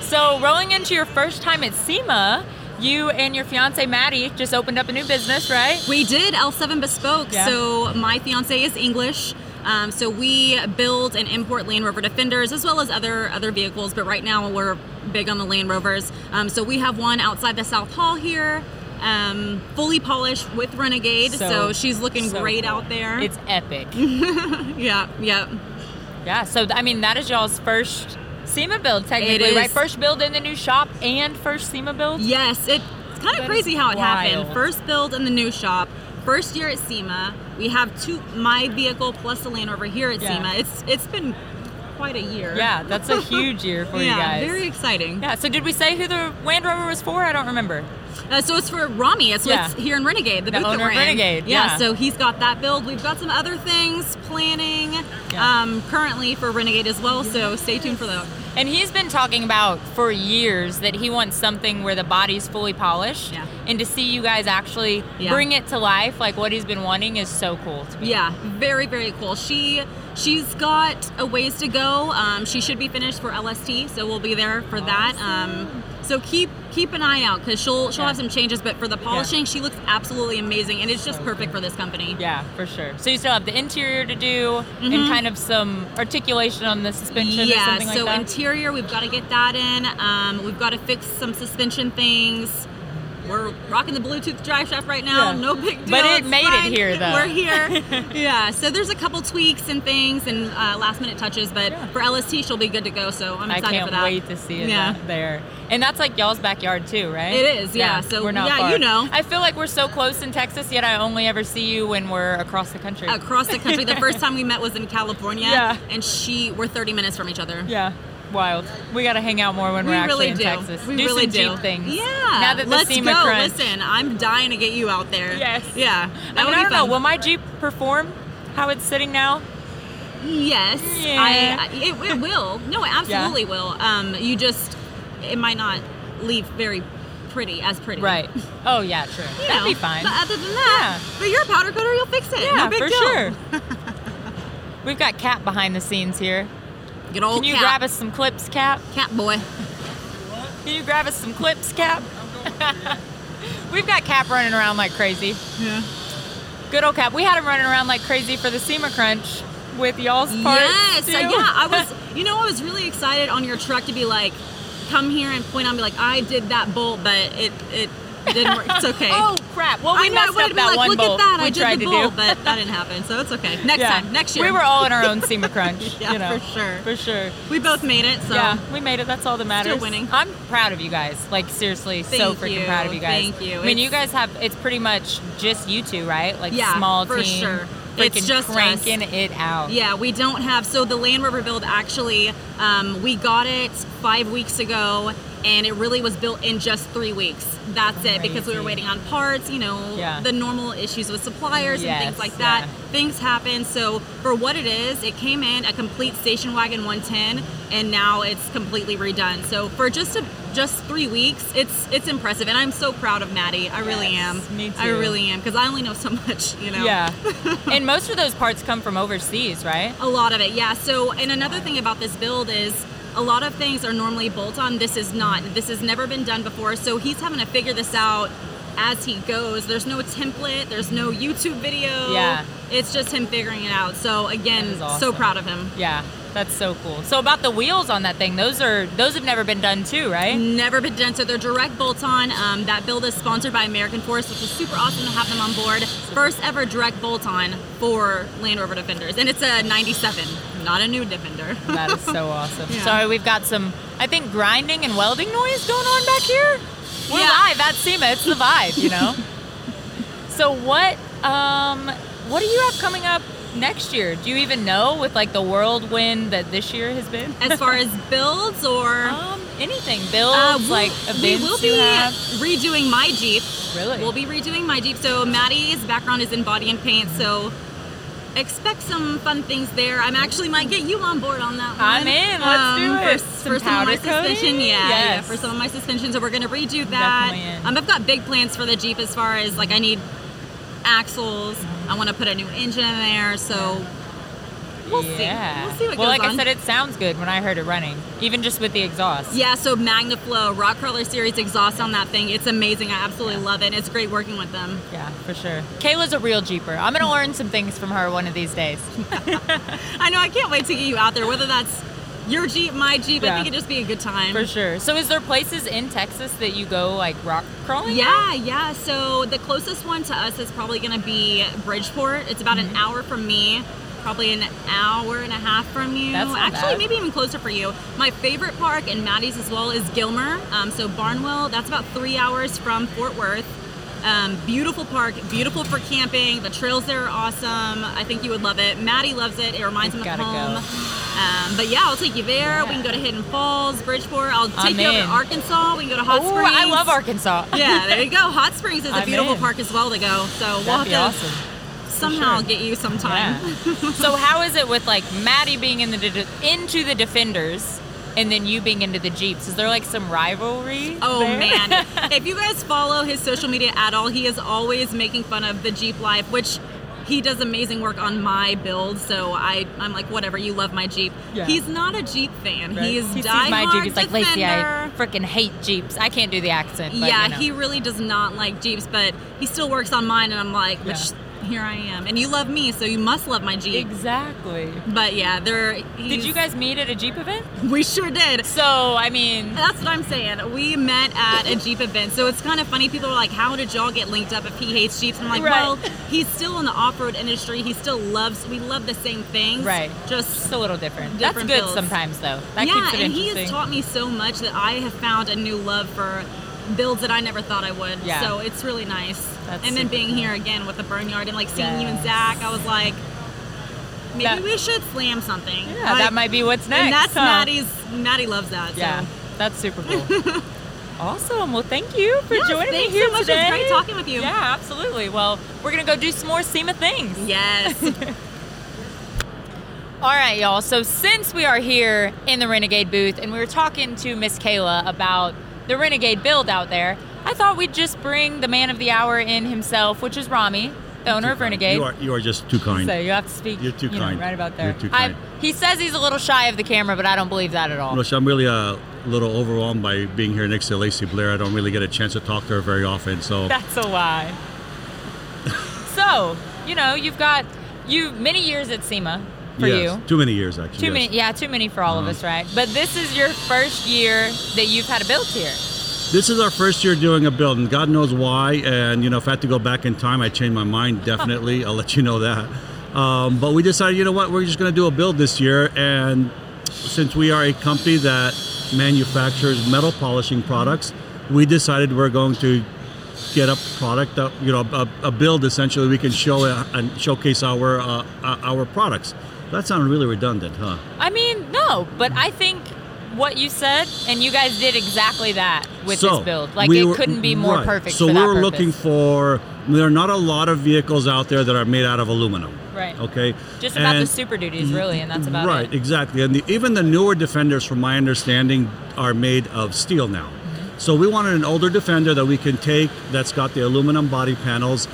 so rolling into your first time at SEMA, you and your fiance Maddie just opened up a new business, right? We did L7 Bespoke. Yeah. So my fiance is English. Um, so we build and import Land Rover Defenders as well as other other vehicles. But right now we're big on the Land Rovers. Um, so we have one outside the South Hall here, um, fully polished with Renegade. So- So, she's looking so great cool. out there. It's *laughs* epic. yeah, yeah. yeah. So th- I mean, that is y'all's first SEMA build, technically, is. right? First build in the new shop and first SEMA build. Yes, it, it's kind of That is crazy how it wild. happened. First build in the new shop, first year at SEMA. We have two my vehicle plus the Land Rover here at Yeah. SEMA. It's it's been quite a year. Yeah, *laughs* that's a huge year for you yeah, guys. very exciting. Yeah, so did we say who the Land Rover was for? I don't remember. Uh, so it's for Rami. It's Yeah. what's here in Renegade, the, The booth that owner of we're in. Renegade, Yeah, yeah. So he's got that build. We've got some other things planning Yeah. um, currently for Renegade as well. So stay tuned for that. And he's been talking about for years that he wants something where the body's fully polished. Yeah. And to see you guys actually Yeah. bring it to life, like what he's been wanting, is so cool. To me. Yeah, very very cool. She she's got a ways to go. Um, she should be finished for LST, so we'll be there for that. Um, so keep keep an eye out because she'll she'll Yeah. have some changes. But for the polishing, she looks absolutely amazing, and it's just perfect for this company. Yeah, for sure. So you still have the interior to do and kind of some articulation on the suspension or Mm-hmm. yeah something so like that. interior we've got to get that in um, we've got to fix some suspension things we're rocking the bluetooth drive shaft right now Yeah. no big deal But it it's made it fine. here, though. we're here *laughs* yeah so there's a couple tweaks and things and uh, last minute touches but Yeah. for lst she'll be good to go so i'm I excited can't for that wait to see it Yeah. out there. And that's like y'all's backyard too, right? It is, yeah. So, we're not yeah, far. you know. I feel like we're so close in Texas, yet I only ever see you when we're across the country. *laughs* across the country the first time we met was in california Yeah. and she we're 30 minutes from each other Yeah. wild. We got to hang out more when We are actually really in do. Texas. We do really some do. Jeep things. Yeah. Now that the Let's SEMA go. crunch. Listen, I'm dying to get you out there. Yes. Yeah. I, That would mean, I be don't know. fun. Will my Jeep perform how it's sitting now? Yes, Yeah. I, I it, it will. No, it absolutely will. Um, you just it might not leave very pretty as pretty. Right. Oh yeah, true. You That'd know, be fine. But other than that, Yeah. but you're a powder coater, you'll fix it. yeah, no big for deal. *laughs* sure. We've got Cap behind the scenes here. Good old Can you cat, grab us some clips, Cap? cat boy. Can you grab us some clips, Cap? *laughs* We've got Cap running around like crazy. Yeah. Good old Cap. We had him running around like crazy for the SEMA Crunch with y'all's part. Yes, uh, yeah. I *laughs* was. You know, I was really excited on your truck to be like, come here and point out, and be like, I did that bolt, but it it didn't work. It's okay. *laughs* oh crap! Well, we I know, I messed wanted up to that be like, one look bowl at that, we I did tried the to bowl, do. but that didn't happen, so it's okay. Next Yeah. time, next year. We were all in our own SEMA *laughs* Crunch. Yeah, you know, for sure. For sure. We both made it, so yeah, we made it. That's all that matters. winning. I'm proud of you guys. Like seriously, so Thank freaking you, proud of you guys. thank you. I mean, It's- you guys have it's pretty much just you two, right? Like Yeah, small for team. sure. freaking It's just us. cranking it out. Yeah, we don't have. So the Land Rover build actually, um, we got it five weeks ago, and it really was built in just three weeks. That's it because we were Crazy. waiting on parts. You know, Yeah. the normal issues with suppliers and Yes, things like that. yeah. Things happen. So for what it is, it came in a complete station wagon 110, and now it's completely redone. So for just a just three weeks, it's it's impressive, and I'm so proud of Maddie. I really Yes, am. me I too. really am because I only know so *laughs* much. You know. *laughs* Yeah. and most of those parts come from overseas, right? A lot of it, yeah. So, and another thing about this build is a lot of things are normally bolt on. This is not. This has never been done before. So he's having to figure this out as he goes. There's no template. There's no YouTube video. Yeah. It's just him figuring it out. So That again, is awesome. so proud of him. Yeah. That's so cool. So about the wheels on that thing, those are those have never been done too, right? Never been done. So they're direct bolt on. Um, that build is sponsored by American Forest, which is super awesome to have them on board. First ever direct bolt on for Land Rover Defenders, and it's a '97, not a new Defender. That is so awesome. Yeah. Sorry, we've got some I think grinding and welding noise going on back here. We're Yeah. live at SEMA. It's the vibe, *laughs* you know? so what um what do you have coming up next year? Do you even know with like the whirlwind that this year has been? as far *laughs* as builds or. um anything. Builds, Uh, we'll- like events we will you be have. redoing my Jeep. Really? We'll be redoing my Jeep. So Maddie's background is in body and paint, so expect some fun things there. I'm actually might get you on board on that one. I'm in. Let's do it. For, Some for some of my powder coating? suspension, yeah, yeah, Yes. for some of my suspension. So we're gonna redo that. Definitely in. Um, I've got big plans for the Jeep as far as like I need axles. I want to put a new engine in there. So we'll yeah. see. We'll see what well, goes like on. I said, it sounds good when I heard it running, even just with the exhaust. Yeah, so Magnaflow, Rock Crawler Series exhaust on that thing. It's amazing. I absolutely love it. And it's great working with them. Yeah, for sure. Kayla's a real jeeper. I'm gonna learn some things from her one of these days. I know, I can't wait to get you out there, whether that's your Jeep, my Jeep. Yeah. I think it'd just be a good time. For sure. So, is there places in Texas that you go like rock crawling? Yeah, yeah. So the closest one to us is probably going to be Bridgeport. It's about an Mm-hmm. hour from me, probably an hour and a half from you. That's not Actually, bad. maybe even closer for you. My favorite park and Maddie's as well is Gilmer. Um, so Barnwell, that's about three hours from Fort Worth. Um, beautiful park, beautiful for camping. The trails there are awesome. I think you would love it. Maddie loves it. It reminds We've him of gotta home. go. Um, but yeah, I'll take you there. We Yeah. can go to Hidden Falls, Bridgeport. I'll take I'm you over in. to Arkansas. We can go to Hot Ooh, Springs I love Arkansas. yeah, there you go. Hot Springs is a *laughs* I'm beautiful in. park as well to go. So we'll That'd have be to awesome. somehow sure. get you sometime. Yeah. so, how is it with like Maddie being in the de- into the Defenders, and then you being into the Jeeps? Is there like some rivalry? Oh there? *laughs* man! if you guys follow his social media at all, he is always making fun of the Jeep life, which he does amazing work on my build. So I, I'm like, whatever. You love my Jeep. Yeah. He's not a Jeep fan. Right? He is he sees diehard my Jeep. He's like, defender. Lacey, I freaking hate Jeeps. I can't do the accent. But, yeah, you know. he really does not like Jeeps, but he still works on mine, and I'm like, Yeah. but sh- here I am, and you love me, so you must love my Jeep. exactly. But yeah, they're. Did he's- you guys meet at a Jeep event? *laughs* We sure did. So, I mean, That's what I'm saying. We met at a Jeep event, so it's kind of funny. People are like, "How did y'all get linked up if he hates Jeeps?" I'm like, Right. "Well, he's still in the off-road industry. He still loves. We love the same things. Right. Just it's a little different. Different That's good bills. sometimes, though. That yeah. keeps it and he interesting. has taught me so much that I have found a new love for builds that I never thought I would. Yeah. So it's really nice. That's and then super being here again with the Burnyard and like seeing you and Yes. Zach, I was like, maybe That- we should slam something. Yeah, that might be what's next. And that's huh? Maddie's. Maddie loves that. So. Yeah, that's super *laughs* cool. awesome. Well, thank you for Yes, joining me thanks here so much. It was today. great talking with you. Yeah, absolutely. Well, we're gonna go do some more SEMA things. Yes. All right, y'all. So since we are here in the Renegade booth and we were talking to Miss Kayla about the Renegade build out there, I thought we'd just bring the man of the hour in himself, which is Rami, the owner of Renegade. You are, you are just too kind. So you have to speak. You're too you know, kind. right about there. You're too I- kind. he says he's a little shy of the camera, but I don't believe that at all. No, so I'm really a little overwhelmed by being here next to Lacey Blair. I don't really get a chance to talk to her very often. So That's a lie. so, you know, you've got you many years at SEMA for yes, you. too many years actually. Too yes. many, yeah, too many for all of Uh-huh. us, right? But this is your first year that you've had a build here. This is our first year doing a build, and God knows why. And you know, if I had to go back in time, I changed my mind definitely. I'll let you know that. Um, but we decided, you know what, we're just going to do a build this year, and since we are a company that manufactures metal polishing products, we decided we're going to get a product that you know a, a build essentially we can show it and showcase our uh, our products. That sounded really redundant, huh? I mean, no, but I think what you said and you guys did exactly that with So, this build. Like we it were- couldn't be more right. perfect. for So we that were purpose. looking for. There are not a lot of vehicles out there that are made out of aluminum. Right. Okay. just about the And- super duties, really, and that's about right, it. exactly. And the, even the newer defenders, from my understanding, are made of steel now. Mm-hmm. So we wanted an older defender that we can take that's got the aluminum body panels,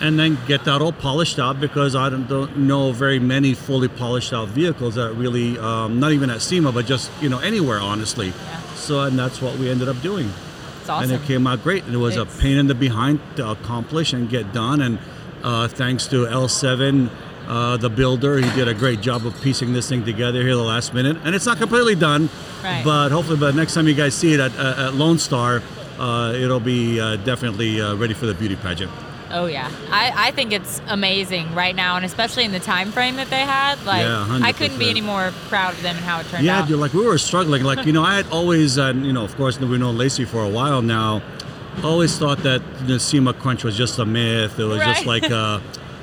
and then get that all polished out because I don't, don't know very many fully polished out vehicles that really, um, not even at SEMA, but just you know anywhere, honestly. So and that's what we ended up doing. It's awesome. And it came out great. And it was It's- a pain in the behind to accomplish and get done. And uh, thanks to L7, uh, the builder, he did a great job of piecing this thing together here the last minute. And it's not completely done, Right. but hopefully by the next time you guys see it at, at at Lone Star, uh, it'll be uh, definitely uh, ready for the beauty pageant. Oh yeah, I, I think it's amazing right now, and especially in the time frame that they had. Like Yeah, I couldn't be 100%. any more proud of them and how it turned yeah, out. dude, like we were struggling. Like, you know, I had always, uh, you know, of course, we know Lacey for a while now, always thought that the SEMA crunch was just a myth. It was just Right. like, *laughs* uh,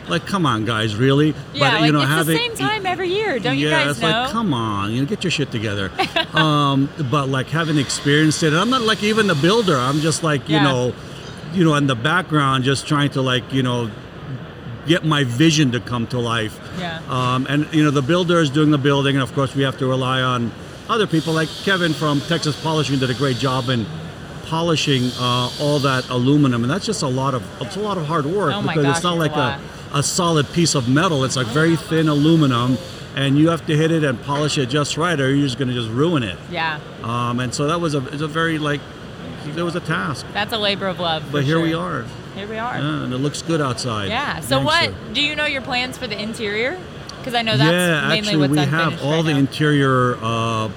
like, come on, guys, really? yeah, but, like, you know, it's having. the same time every year, don't yeah, you guys it's know? like, come on, you know, get your *laughs* shit together. um, but like having experienced it, and I'm not like even the builder. I'm just like you Yeah. know, you know, in the background, just trying to like you know, get my vision to come to life. Yeah. Um, and you know, the builder is doing the building, and of course, we have to rely on other people like Kevin from Texas Polishing did a great job in polishing uh, all that aluminum, and that's just a lot of it's a lot of hard work Oh my because gosh, it's not it's a like lot. Oh. a solid piece of metal. It's like very thin aluminum, and you have to hit it and polish it just right, or you're just going to just ruin it. yeah, Um, and so that was a, it's a very like it was a task, that's a labor of love. for but here we sure. are, Here we are. Yeah. yeah, and it looks good outside. So Thanks, what sir. do you know your plans for the interior? Because I know that's yeah, mainly actually, what's we unfinished have all right the now. interior uh,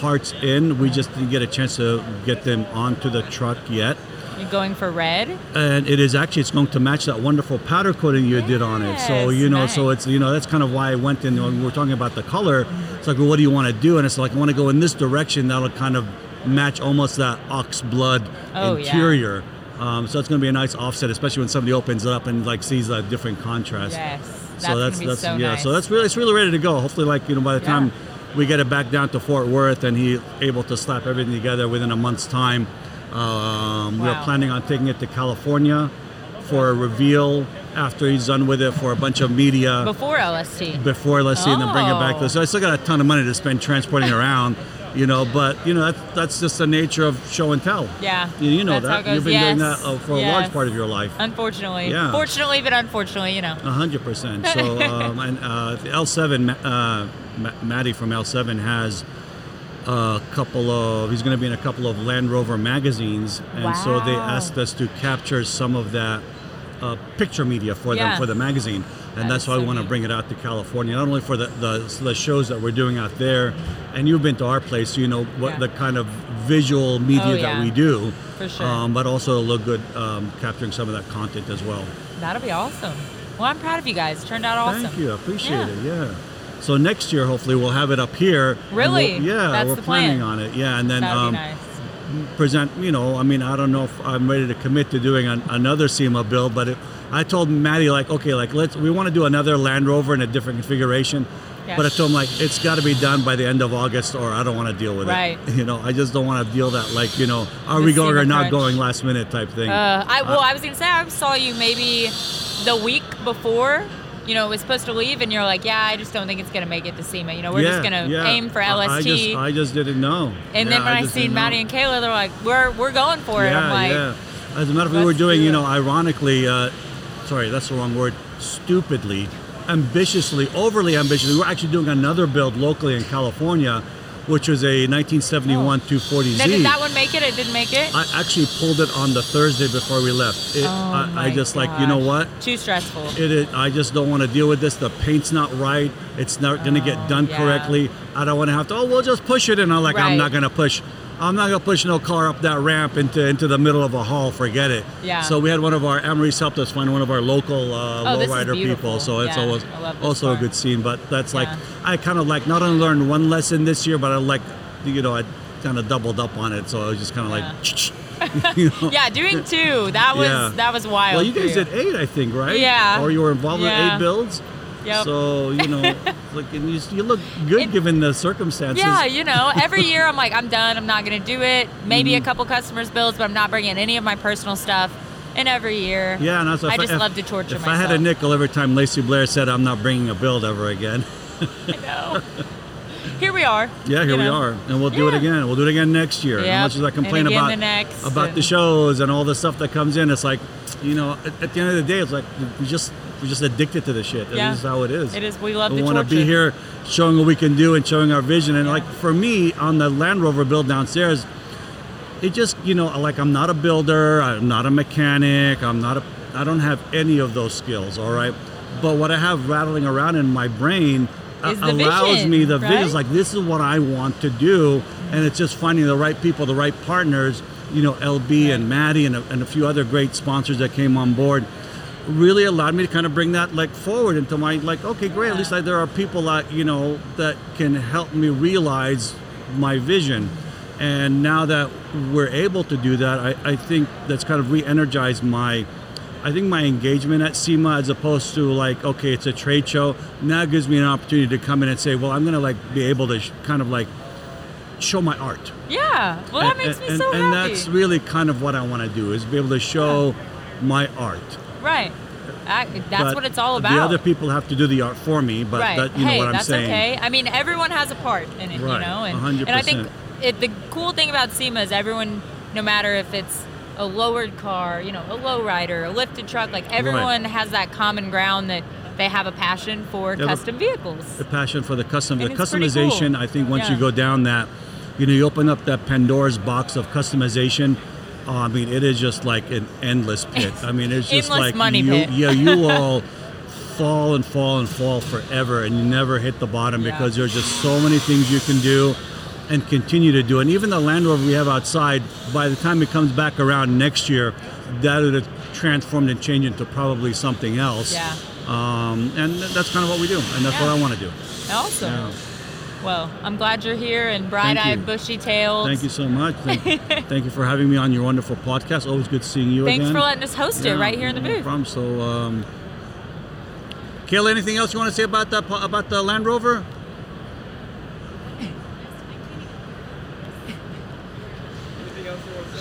parts in. We just didn't get a chance to get them onto the truck yet. You're going for red. and it is actually it's going to match that wonderful powder coating you did on it. So Yes, you know, so nice. it's you know that's kind of why I went in. When we we're talking about the color, it's like, well, what do you want to do? And it's like, I want to go in this direction. That'll kind of match almost that ox blood Oh, yeah. interior. Um, so it's going to be a nice offset, especially when somebody opens it up and like sees that different contrast. Yes, that's so that's gonna be that's so yeah. nice. So that's really it's really ready to go. Hopefully, like you know, by the Yeah. time we get it back down to Fort Worth and he able to slap everything together within a month's time. Um, Wow. We're planning on taking it to California for a reveal after he's done with it for a bunch of media before LST. before let's see and then bring it back to Oh. us. So I still got a ton of money to spend transporting around, you know. But you know that's that's just the nature of show and tell. Yeah, you, you know that's that how it goes. you've been doing Yes, that uh, for a yes. large part of your life. Unfortunately. Yeah. Fortunately, but unfortunately, you know. A hundred percent. So um, and uh, the L7, uh, Ma- Maddie from L7 has a couple of. He's going to be in a couple of Land Rover magazines, and so they Wow. asked us to capture some of that uh, picture media for Yeah. them for the magazine, and That that's is why we so want to neat. bring it out to California, not only for the, the the shows that we're doing out there, and you've been to our place, so you know what Yeah. the kind of visual media Oh, yeah. that we do. For sure. Um, but also it'll look good um, capturing some of that content as well. That'll be awesome. Well, I'm proud of you guys. Turned out awesome. Thank you. I appreciate Yeah. it. Yeah. So next year, hopefully, we'll have it up here. and Really? we'll- yeah, That's we're the plan. planning on it. Yeah, and then That'd um, be nice. present, you know, I mean, I don't know if I'm ready to commit to doing an, another SEMA build, but it, I told Maddie, like, okay, like, let's, we want to do another Land Rover in a different configuration. Yeah. But I told him, like, it's got to be done by the end of August or I don't want to deal with Right. it. *laughs* You know, I just don't want to deal that, like, you know, are The we going SEMA or not crunch. going last minute type thing. Uh, I well, I was gonna say I saw you maybe the week before. You know, it was supposed to leave, and you're like, "Yeah, I just don't think it's gonna make it to SEMA. You know, we're just Yeah, gonna yeah. aim for I- LST." I just, I just didn't know. and then Yeah, when I, just seen didn't know. Maddie and Kayla, they're like, "We're we're going for it." I'm like, yeah. As a matter of fact, we were let's doing, do you it. know, ironically, uh, sorry, that's the wrong word, stupidly, ambitiously, overly ambitious. We were actually doing another build locally in California, which was a 1971 240Z. Oh. "Then did that one make it? It didn't make it. I actually pulled it on the Thursday before we left. It, Oh I, I my just like, you know gosh. what? Too stressful. It, it, I just don't want to deal with this. The paint's not right. It's not going to get done Oh, yeah. correctly. I don't want to have to. Oh, we'll just push it. And I'm like, I'm not Right. going to push. I'm not going to push no car up that ramp into into the middle of a hall. Forget it. Yeah. So we had one of our Amory's helped us find one of our local uh, Oh, this is lowrider people. beautiful. So it's Yeah, always I love this also a car. good scene. But that's like Yeah. I kind of like not only learned one lesson this year, but I like you know I kind of doubled up on it. So I was just kind of like. you know? yeah, doing two. That was Yeah. that was wild. Well, you for guys did eight, I think, right? Oh, Yeah. Or you were involved in Yeah. eight builds. Yep. So you *laughs* know, like and you, you look good It- given the circumstances. Yeah, you *laughs* know, every year I'm like, I'm done. I'm not gonna do it. Maybe Mm-hmm. a couple customers builds, but I'm not bringing any of my personal stuff. And every year, Yeah, and also I if just if- love to torture If myself. I had a nickel every time Lacey Blair said, "I'm not bringing a build ever again," *laughs* I know. Here we are. yeah, here you we know. are, and we'll do it Yeah. again. We'll do it again next year. Yep, As much as I and complain again about the next, about the and- shows and all the stuff that comes in, it's like, you know, at, at the end of the day, it's like we just we're just addicted to this shit. Yeah. It is how it is. It is. We love we the want to be torture. here showing what we can do and showing our vision and Yeah. like for me on the land rover build downstairs it just you know like i'm not a builder i'm not a mechanic i'm not a i don't have any of those skills all right but what i have rattling around in my brain uh, Is the allows vision, me the vision right? It's like this is what i want to do and it's just finding the right people the right partners you know lb and maddie and a, and a few other great sponsors that came on board really allowed me to kind of bring that like forward into my like okay great at least like there are people that you know that can help me realize my vision and now that we're able to do that i, I think that's kind of re-energized my i think my engagement at sema as opposed to like okay it's a trade show now it gives me an opportunity to come in and say well i'm gonna like be able to sh- kind of like show my art Yeah. Well, that makes me and, so and happy. that's really kind of what i want to do is be able to show my art right. I, that's but what it's all about. The other people have to do the art for me, but right. that, you know hey, what I'm that's saying. okay. I mean, everyone has a part in it, Right, you know. And, 100%. and I think it, the cool thing about SEMA is everyone, no matter if it's a lowered car, you know, a lowrider, a lifted truck, like everyone has that common ground that they have a passion for Yeah, the- custom vehicles. The passion for the custom, And the it's pretty customization. cool. I think once you Yeah. go down that, you know, you open up that Pandora's box of customization. uh, I mean, it is just like an endless pit. I mean, it's just Endless like money you, pit. yeah, you *laughs* will fall and fall and fall forever, and you never hit the bottom Yeah. because there's just so many things you can do and continue to do. And even the Land Rover we have outside, by the time it comes back around next year, that would have transformed and changed into probably something else. Yeah. Um, and th- that's kind of what we do, and that's Yeah. what I want to do. Awesome. Yeah. Well, I'm glad you're here and bright-eyed, you. bushy-tailed. Thank you so much. *laughs* Thank, thank you for having me on your wonderful podcast. Always good seeing you Thanks again. for letting us host it Yeah, right here in the no booth. Problem. So, um, Kayla, anything else you want to say about the po- about the Land Rover?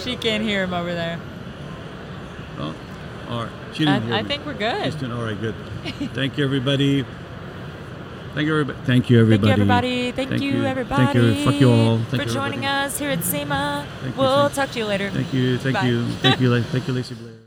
She can't hear him over there. Oh, all right. She didn't hear I, I me. think we're good. She's doing all right. Good. Thank you, everybody. Thank you, everybody. Thank you, everybody. Thank you, everybody. Thank, you, everybody. Thank you. Fuck you all. Thank for you, joining everybody. us here at SEMA. Thank you, we'll thank- talk to you later. Thank you. Thank Bye. you. Thank you. Thank you, Lacey Blair.